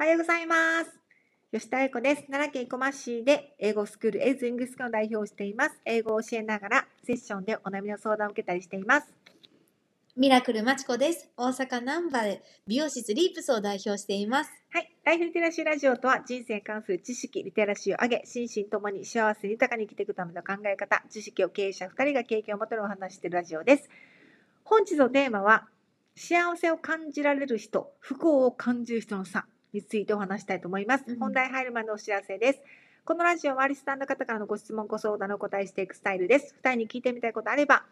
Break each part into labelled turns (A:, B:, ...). A: おはようございます。吉田英子です。奈良県生駒市で英語スクールエイズイングスクの代表をしています。英語を教えながらセッションでお悩みの相談を受けたりしています。
B: ミラクルまちこです。大阪難波で美容室リープスを代表しています。
A: はい。ライフリテラシーラジオとは人生に関する知識、リテラシーを上げ、心身ともに幸せに豊かに生きていくための考え方、知識を経営者2人が経験をもとにお話ししているラジオです。本日のテーマは、幸せを感じられる人、不幸を感じる人の差についてお話したいと思います。
B: うん
A: 本題入る前のお知らせです。このラジオはリスナーの方からのご質問、ご相談のお答えしていくスタイルです。2人に聞いてみたいことあれば、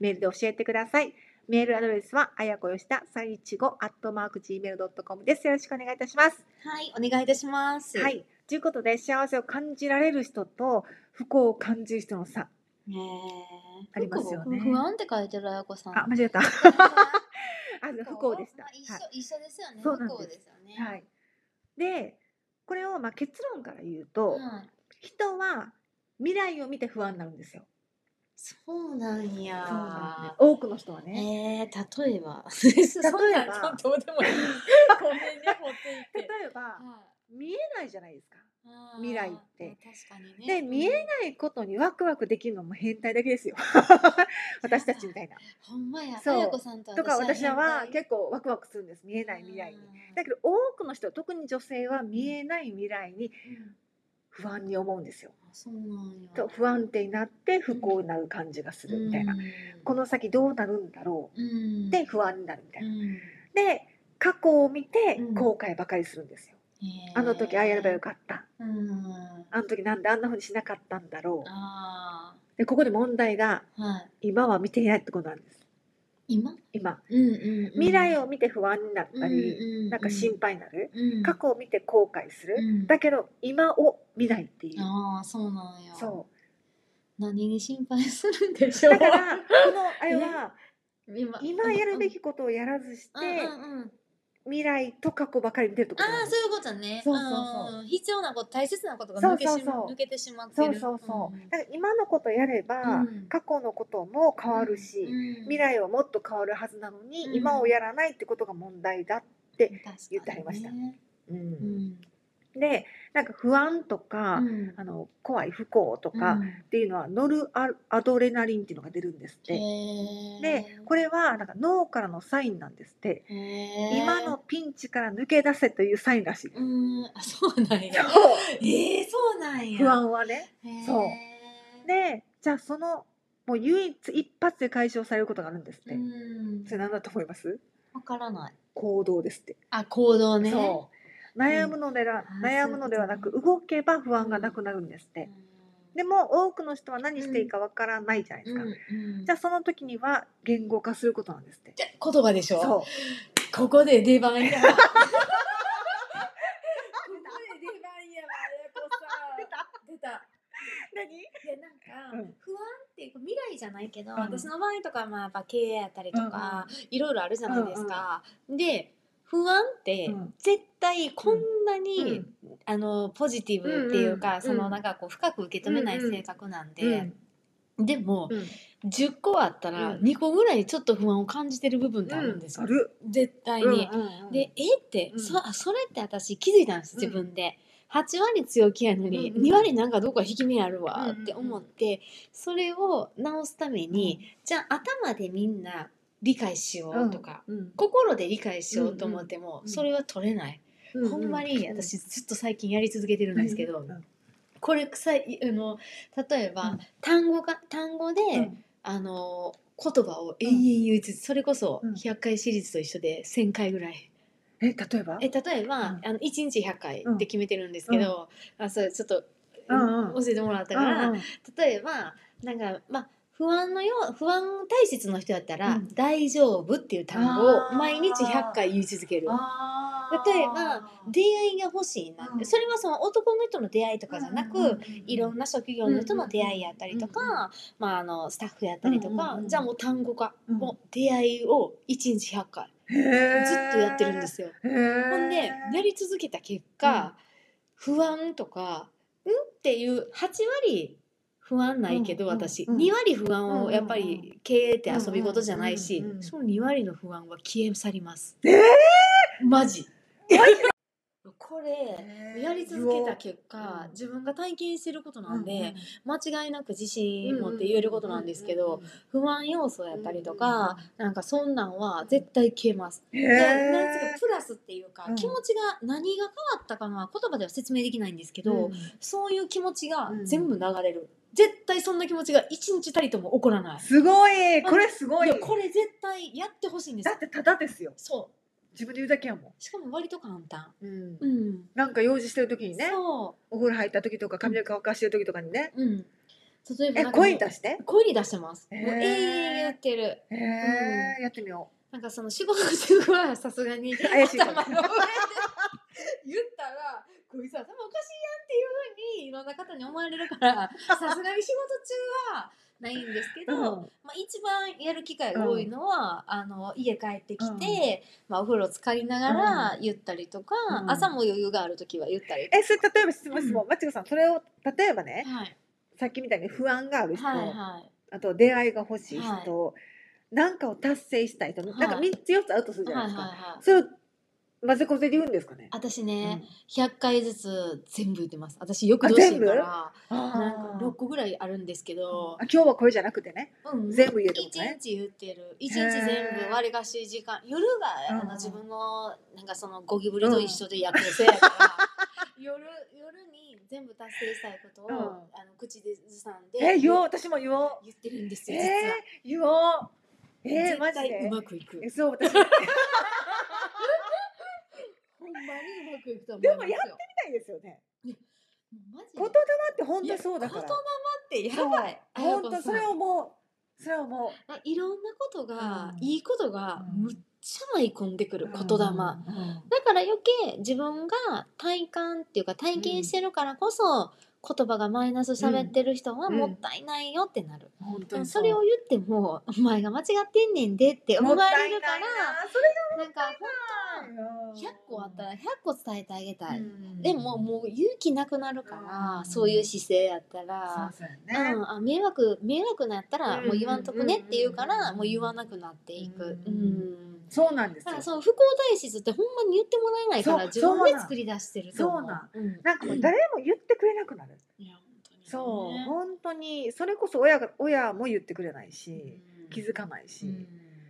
A: メールで教えてください。メールアドレスは、あやこよした315アットマーク Gmail.com です。よろしくお願いいたします。
B: はい、お願いいたします。
A: は。い。ということで、幸せを感じられる人と不幸を感じる人の差。
B: ねえ。
A: ありますよね
B: 不幸不安って書いてるあやこさん。
A: あ、間違え た。あの
B: 不幸
A: 不幸でした。
B: まあ一緒、
A: はい
B: 一緒ですよね。
A: そうなんです
B: 不幸ですよね。
A: はい。で、これをまあ結論から言うと、
B: うん
A: 人は未来を見て不安になるんですよ。
B: そうなんや。
A: そうなんです多くの人は
B: え
A: ね。
B: ー、例えば。 例
A: えば
B: どうでもいい。ごめんね、ほってい
A: 例
B: て。
A: えば、見えないじゃないですか。
B: はい
A: 未来って。
B: あー確かにね。
A: で、見えないことにワクワクできるのも変態だけですよ。 私たちみたいな。
B: ほんまや。
A: そう
B: あやこさんと
A: とか私らは
B: 変態
A: 結構ワクワクするんです。見えない未来に。
B: うん
A: だけど多くの人特に女性は見えない未来に
B: うん
A: 不安に思うんですよ。
B: あそうなんや。
A: と不安定になって不幸になる感じがするみたいな、
B: うん
A: この先どうなるんだろ
B: うん
A: うって不安になるみたいうな。
B: ん
A: で過去を見て
B: うん
A: 後悔ばかりするんですよ。
B: へー
A: あの時ああやればよかった。
B: うん
A: あの時なんであんな風にしなかったんだろう。
B: あ
A: でここで問題が
B: ーはい
A: 今は見ていないってことなんです。
B: 今
A: 今未
B: 未
A: 来を見て不安になったり、なんか心配になる、過去を見て後悔する、だけど今を見ないっていう。
B: ああそうなんや
A: そう
B: 何に心配するんでし
A: う。
B: ょう
A: だからこのあれ は
B: 今
A: 今やるべきことをやらずして
B: うんうんうんうん
A: 未来と過去ばかり見てるってこと
B: あ
A: な
B: あ
A: ん
B: そ
A: で
B: う
A: す
B: いうことね
A: そうそうそうん
B: ん必要なこと大切なことが抜けし
A: そうそうそう
B: 抜けてしまって
A: そう
B: る
A: そうそう、
B: ん
A: だから今のことやれば、
B: うん
A: 過去のことも変わるし、
B: うん
A: 未来はもっと変わるはずなのに、
B: うん
A: 今をやらないってことが問題だ、
B: 確かにね
A: 言ってありました
B: う
A: うん
B: ん
A: でなんか不安とか、
B: うん
A: あの怖い不幸とか
B: うん
A: っていうのはノルアアドレナリンっていうのが出るんですって、でこれはなんか脳からのサインなんですって、
B: れ、へー
A: 今の、ピンチから抜け出せというサインらしいです
B: うーん、あ、そうなんや。
A: そ
B: ええそうなん
A: う
B: や。
A: 不。安はね。そう
B: うで、
A: でじゃあそのもう唯一一発で解消されることがあるんですって。
B: うーん
A: そ、れ何だと思います
B: わからない。
A: 行動ですって。
B: あ、行動ね。
A: そう悩むのでら、
B: うんあー
A: 悩むのではな
B: そう
A: く
B: いう
A: 動けば不安がなくなるんですっ
B: う
A: て。
B: ん
A: でも多くの人は何していいかわからないじゃないです
B: う
A: か。
B: ん、うん。
A: じゃあその時には言語化することなんですって。
B: じゃあ言葉でしょ
A: そう
B: ここで出番や わ。ここで出番やわ、やこさん。出た。
A: 何
B: いやなんか、
A: うん
B: 不安っていうか未来じゃないけど、
A: うん
B: 私の場合とかまあやっぱ経営やったりとか、いろいろあるじゃないですか。で不安って
A: うん
B: 絶対こんなに、あのポジティブっていうか、
A: うん
B: そのなんかこう深く受け止めない
A: うんうん
B: 性格なんで、
A: うん
B: でも、
A: うん
B: 10個あったら
A: うん
B: 2個ぐらいちょっと不安を感じてる部分ってあ
A: う
B: るん
A: ん
B: です
A: あ
B: よ、
A: る。
B: 絶対に。
A: うんうんうん
B: で、えって、
A: うん
B: そあそれって私気づいたんです自分で、8割強気やのに、
A: うんうん
B: 2割なんかどこか引き目あるわ
A: うんうんうん
B: って思って、それを直すために、じゃあ頭でみんな理解しようとか、
A: うん
B: 心で理解しようと思っても、
A: うん
B: それは取れない、
A: うう
B: ほんまに
A: う
B: 私ずっと最近やり続けてるんですけど、
A: うん
B: これ臭いあの例えば、
A: うん
B: 単語が単語で、
A: うん
B: あの言葉を延々言いつつ、それこそ
A: うん
B: 100回シリーズと一緒で1,000回ぐらい。
A: え例えば
B: え例えば、
A: うん
B: あの1日100回って決めてるんですけど、あそれちょっと、
A: うんうん
B: 教えてもらったから、
A: うんうん
B: 例えばなんかまあ不安のよう不安体質の人だったら「
A: うん
B: 大丈夫」っていう単語
A: あ
B: を
A: ー
B: 毎日100回言い続ける。例えば出会いが欲しいなって、
A: うん
B: それはその男の人の出会いとかじゃなく、いろん
A: な、
B: な職業の人の出会いやったりとか、
A: うんうんうん
B: まあ、あのスタッフやったりとか、
A: うんうんうん
B: じゃあもう単語化、
A: うん
B: もう出会いを1日100回
A: ずっ
B: ずっとやってるんで。すよ。
A: へ
B: ほんでや
A: ー
B: り続けた結果、不安とか「ん?」っていう8割不安ないけど、
A: うんうん
B: 私
A: うん
B: 2割不安
A: う
B: を
A: ん
B: やっぱり経営って遊び事じゃないし、
A: うんうんうん
B: その2割の不安は消え去ります。
A: えー
B: マジ
A: マ
B: ここれやり続けた結果、
A: うん
B: 自分が体験してることなんで、
A: ね
B: 間違いなく自信持って言えることなんですけど、不安要素やったりとか、なんかそんなんは絶対消えます。
A: へ
B: で
A: え
B: なんつうかプラスっていうか、
A: うん
B: 気持ちが何が変わったかのは言葉では説明できないんですけど、そういう気持ちが全部流れる、絶対そんな気持ちが一日たりとも起こらない。
A: すごいこれすごい
B: いやこれ絶対やってほしいんです
A: だってただですよ
B: そ
A: 自分で言うだけやも
B: うしかも割と簡単
A: ん、うん
B: うん
A: なんか用事してる時にね
B: そ
A: お風呂入った時とか髪の毛乾かしてる時とかにね
B: ううん例えば
A: え
B: なんかもう
A: 声に出して
B: 声に出してますもう
A: へー
B: 永遠言ってる
A: へえ、やってみよ
B: なんかその仕事中はさすがに
A: う怪しいか
B: 頭
A: も
B: の上で言ったらこいつ頭おかしいやんっていうふうにいろんな方に思われる からさすがに仕事中はないんですけど、
A: うん
B: まあ、一番やる機会が多いのは、あの家帰ってきて、まあ、お風呂浸かりながら言ったりとか、
A: うん
B: 朝も余裕がある時は言ったりとか、
A: えそれ例えば質問質問、マチコさんそれを例えばね
B: はい
A: さっきみたいに不安がある人、
B: はいはい
A: あと出会いが欲しい人、なんかを達成したい人、なんか
B: はい
A: 三つ四つあるとするじゃ
B: は
A: ない
B: いは
A: で
B: い
A: すか、
B: はい
A: それをまぜこぜで言うんですかね
B: 私
A: うん
B: ね、100回ずつ全部言ってます私よくどうしからな
A: あ
B: んか
A: ー
B: 6個ぐらいあるんですけど
A: あ、今日はこれじゃなくてね
B: うん
A: 全部言うってこと
B: 一
A: ね
B: 日言ってる一日全部割り貸し時間夜があ
A: うん
B: の自分のなんかそのゴキブリと一緒でやってるせいやから、夜夜に全部達成したいことを、
A: うん
B: あの口でずさんで
A: え言おう私も言おう
B: 言ってるんです
A: え
B: よ実は、
A: ー、言おうえー、マ
B: 絶
A: ジ
B: 対う
A: で
B: まくいく
A: えそう私
B: ほんまにうまくいくと思
A: で
B: い
A: も
B: ます
A: や
B: よ
A: ってみたいですよ ね。
B: マジで
A: 言霊って本当そうだから。
B: いや言葉ってやばいあ
A: 本当それ
B: やっ
A: をもうそれをも
B: ぱそういろんなことが、
A: うん
B: いいことが
A: うん
B: むっちゃ舞い込んでく
A: う
B: る言霊、だから余計自分が体感っていうか体験してるからこそ、言葉がマイナス喋ってる人は
A: うん
B: もったいないよってなる、
A: 本
B: で
A: 当
B: も
A: に
B: それを言ってもお前が間違ってんねんでって思
A: もっ
B: わ
A: た
B: れ
A: い
B: るか
A: ない
B: ら
A: な。それ
B: なんか
A: が
B: 100個あったら100個伝えてあげたい、
A: うん
B: でももう勇気なくなるから、
A: うん
B: そういう姿勢やった
A: そ
B: ら
A: う。そう
B: う
A: やね。
B: ん、あ迷惑迷惑なったら
A: うん
B: もう言わんとくねって言うから
A: うん
B: もう言わなくなっていく、
A: う
B: うんん
A: そうなんです
B: だから
A: よ。
B: その不幸体質ってほんまに言ってもらえないから
A: そ
B: 自
A: う
B: 分で作り出してると思う、
A: そうなん
B: うん
A: なんかもう誰も言ってくれなくなる。
B: いや本当にね
A: そう本当にそれこそ親が親も言ってくれないし、
B: うん
A: 気づかないし。
B: うん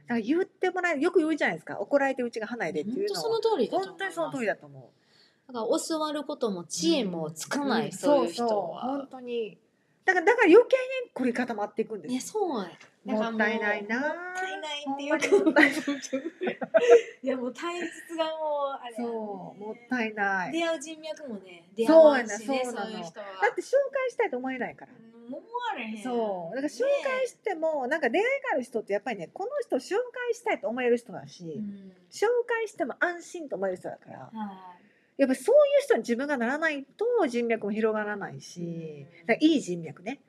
A: だから言ってもらえよく言うじゃないですか。怒られてうちが離れてって
B: 本
A: いう
B: 当
A: の
B: そ
A: は
B: の通りだと思います
A: 本当にその通りだと思う。
B: だから教わることも知恵もつかない、
A: ん
B: そういう人は
A: そうそう本当にだからだから余計に凝り固まっていくんです
B: ね
A: よ
B: そうやだから
A: もったいないな
B: も
A: も
B: ったいないって
A: ほんまにもったい
B: いうか いやもう体質がもうあれや
A: そ
B: ね
A: うもったいない
B: 出会う人脈もね出会
A: そうや
B: わん
A: な
B: しね
A: そ
B: そうう
A: なの
B: いう人は
A: だって紹介したいと思えないから、
B: うん思われへん
A: そうだから紹介
B: 介
A: しても、なんか恋愛がある人ってやっぱりねこの人紹介したいと思える人だし、
B: うん
A: 紹介しても安心と思える人だから
B: は
A: やっぱりそういう人に自分がならないと人脈も広がらないし、
B: うん
A: だからいい人脈ね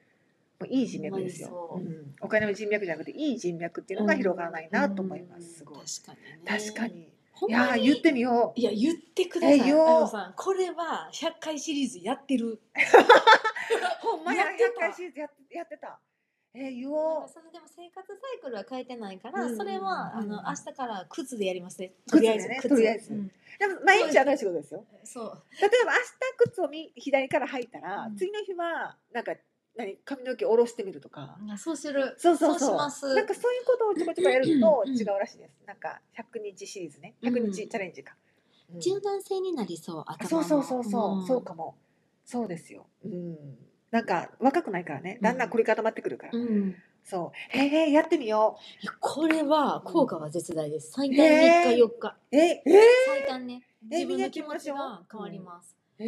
A: もういい人脈ですよ、
B: ほんまに
A: うんお金の人脈じゃなくていい人脈ってい
B: いう
A: のが広がらないなと思います、すごい
B: うん確かにね
A: 確かに。
B: ほ
A: い
B: ん
A: や
B: ま
A: ー
B: に
A: 言ってみよう。
B: いや言ってください。
A: え
B: あ
A: よー
B: のさんこれは100回シリーズやってる。
A: ほんまや
B: やって
A: 100
B: た
A: 回シリーズやってやってた。えー、言
B: なん
A: お
B: か
A: う。
B: そのでも生活サイクルは変えてないから、
A: うん
B: それはあ
A: う
B: の
A: ん
B: 明日から靴でやりますね。
A: 靴
B: と
A: で
B: り
A: ね
B: あえず
A: とりあえず
B: うん
A: でも毎日新しいことですよ。
B: そう
A: 例えば明日靴をみ左から履いたら、
B: うん
A: 次の日はなんか何髪の毛下ろしてみるとか。
B: あそうする。
A: そうそうそう
B: します。
A: なんかそういうことをちょこちょこやると
B: うん
A: 違うらしいです。なんか100日シリーズね。
B: うん
A: 100日チャレンジか。うん
B: 柔軟性になりそう頭
A: そう
B: の
A: そうそうそう、
B: ん
A: そうかも。そうですよ。うん。なんか若くないからね。だんだん凝り固まってくるから。
B: うん
A: そう。へえやってみよ
B: いやこれは効果は絶大です。最短
A: へー
B: 3日4日。
A: う。え、え
B: 最短ね。
A: え
B: 自分
A: みんな
B: の
A: 気
B: 気
A: 持
B: 持
A: ち
B: ち
A: を
B: が変わります。
A: へえ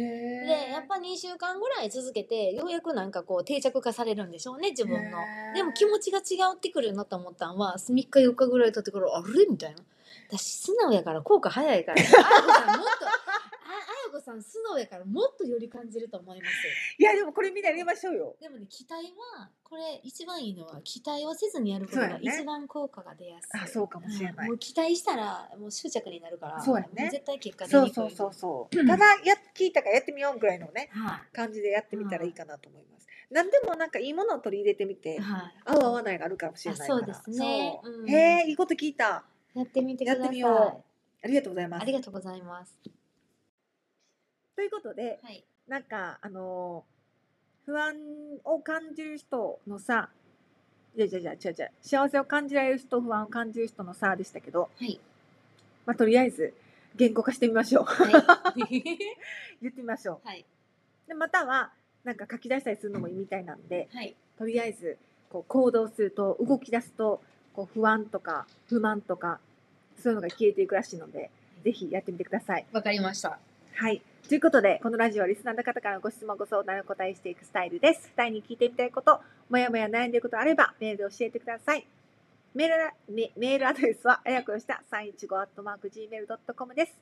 B: でやっぱり2週間ぐらい続けてようやくなんかこう定着化されるんでしょうね自分の
A: へー
B: でも気持ちが違うってくるなと思ったんは3日4日ぐらい経ってからあれみたいな私素直やから効果早いからあやこさんもっとああやこさん素直やからもっとより感じると思います
A: いやでもこれみんなやりましょうよ。
B: でもね期待はこれ一番いいのは期待をせずにやること
A: そう
B: が
A: やね
B: 一番効果が出やすい、
A: あそうかもしれない。
B: もう期待したらもう執着になるから
A: そうやね
B: も絶対結果出
A: そう
B: にくい
A: そうそうそう。ただや聞いたからやってみようぐらいのね
B: は
A: 感じでやってみたらいいかなと思います。なんでもなんかいいものを取り入れてみて
B: い、はい
A: 合う合わないがあるかもしれないから。
B: あそうですね
A: そう
B: うん
A: へえいいこと聞いた。
B: やってみてく
A: や
B: だ
A: っ
B: さい
A: てみようありがとうございます
B: あり。がとうございます
A: ということで、
B: はい。
A: なんか、あのー不安を感じる人のさ、じゃじゃじゃ、違う違う、幸せを感じられる人、不安を感じる人のさでしたけど、
B: はい。
A: まあ、とりあえず、言語化してみましょう。
B: はい。
A: 言ってみましょ
B: はい。
A: う。で、または、なんか書き出したりするのもいいみたいなんで、
B: はい。
A: とりあえず、こう、行動すると、動き出すと、こう、不安とか、不満とか、そういうのが消えていくらしいので、ぜひやってみてください。
B: わかりました。
A: はい。ということで、このラジオはリスナーの方からのご質問、ご相談にお答えしていくスタイルです。二人に聞いてみたいこと、もやもや悩んでいることあれば、メールで教えてください。メールらメメールアドレスは、あやこよした315 gmail.com です。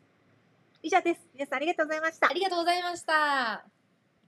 A: 以上です。皆さんありがとうございました
B: あ。りがとうございました。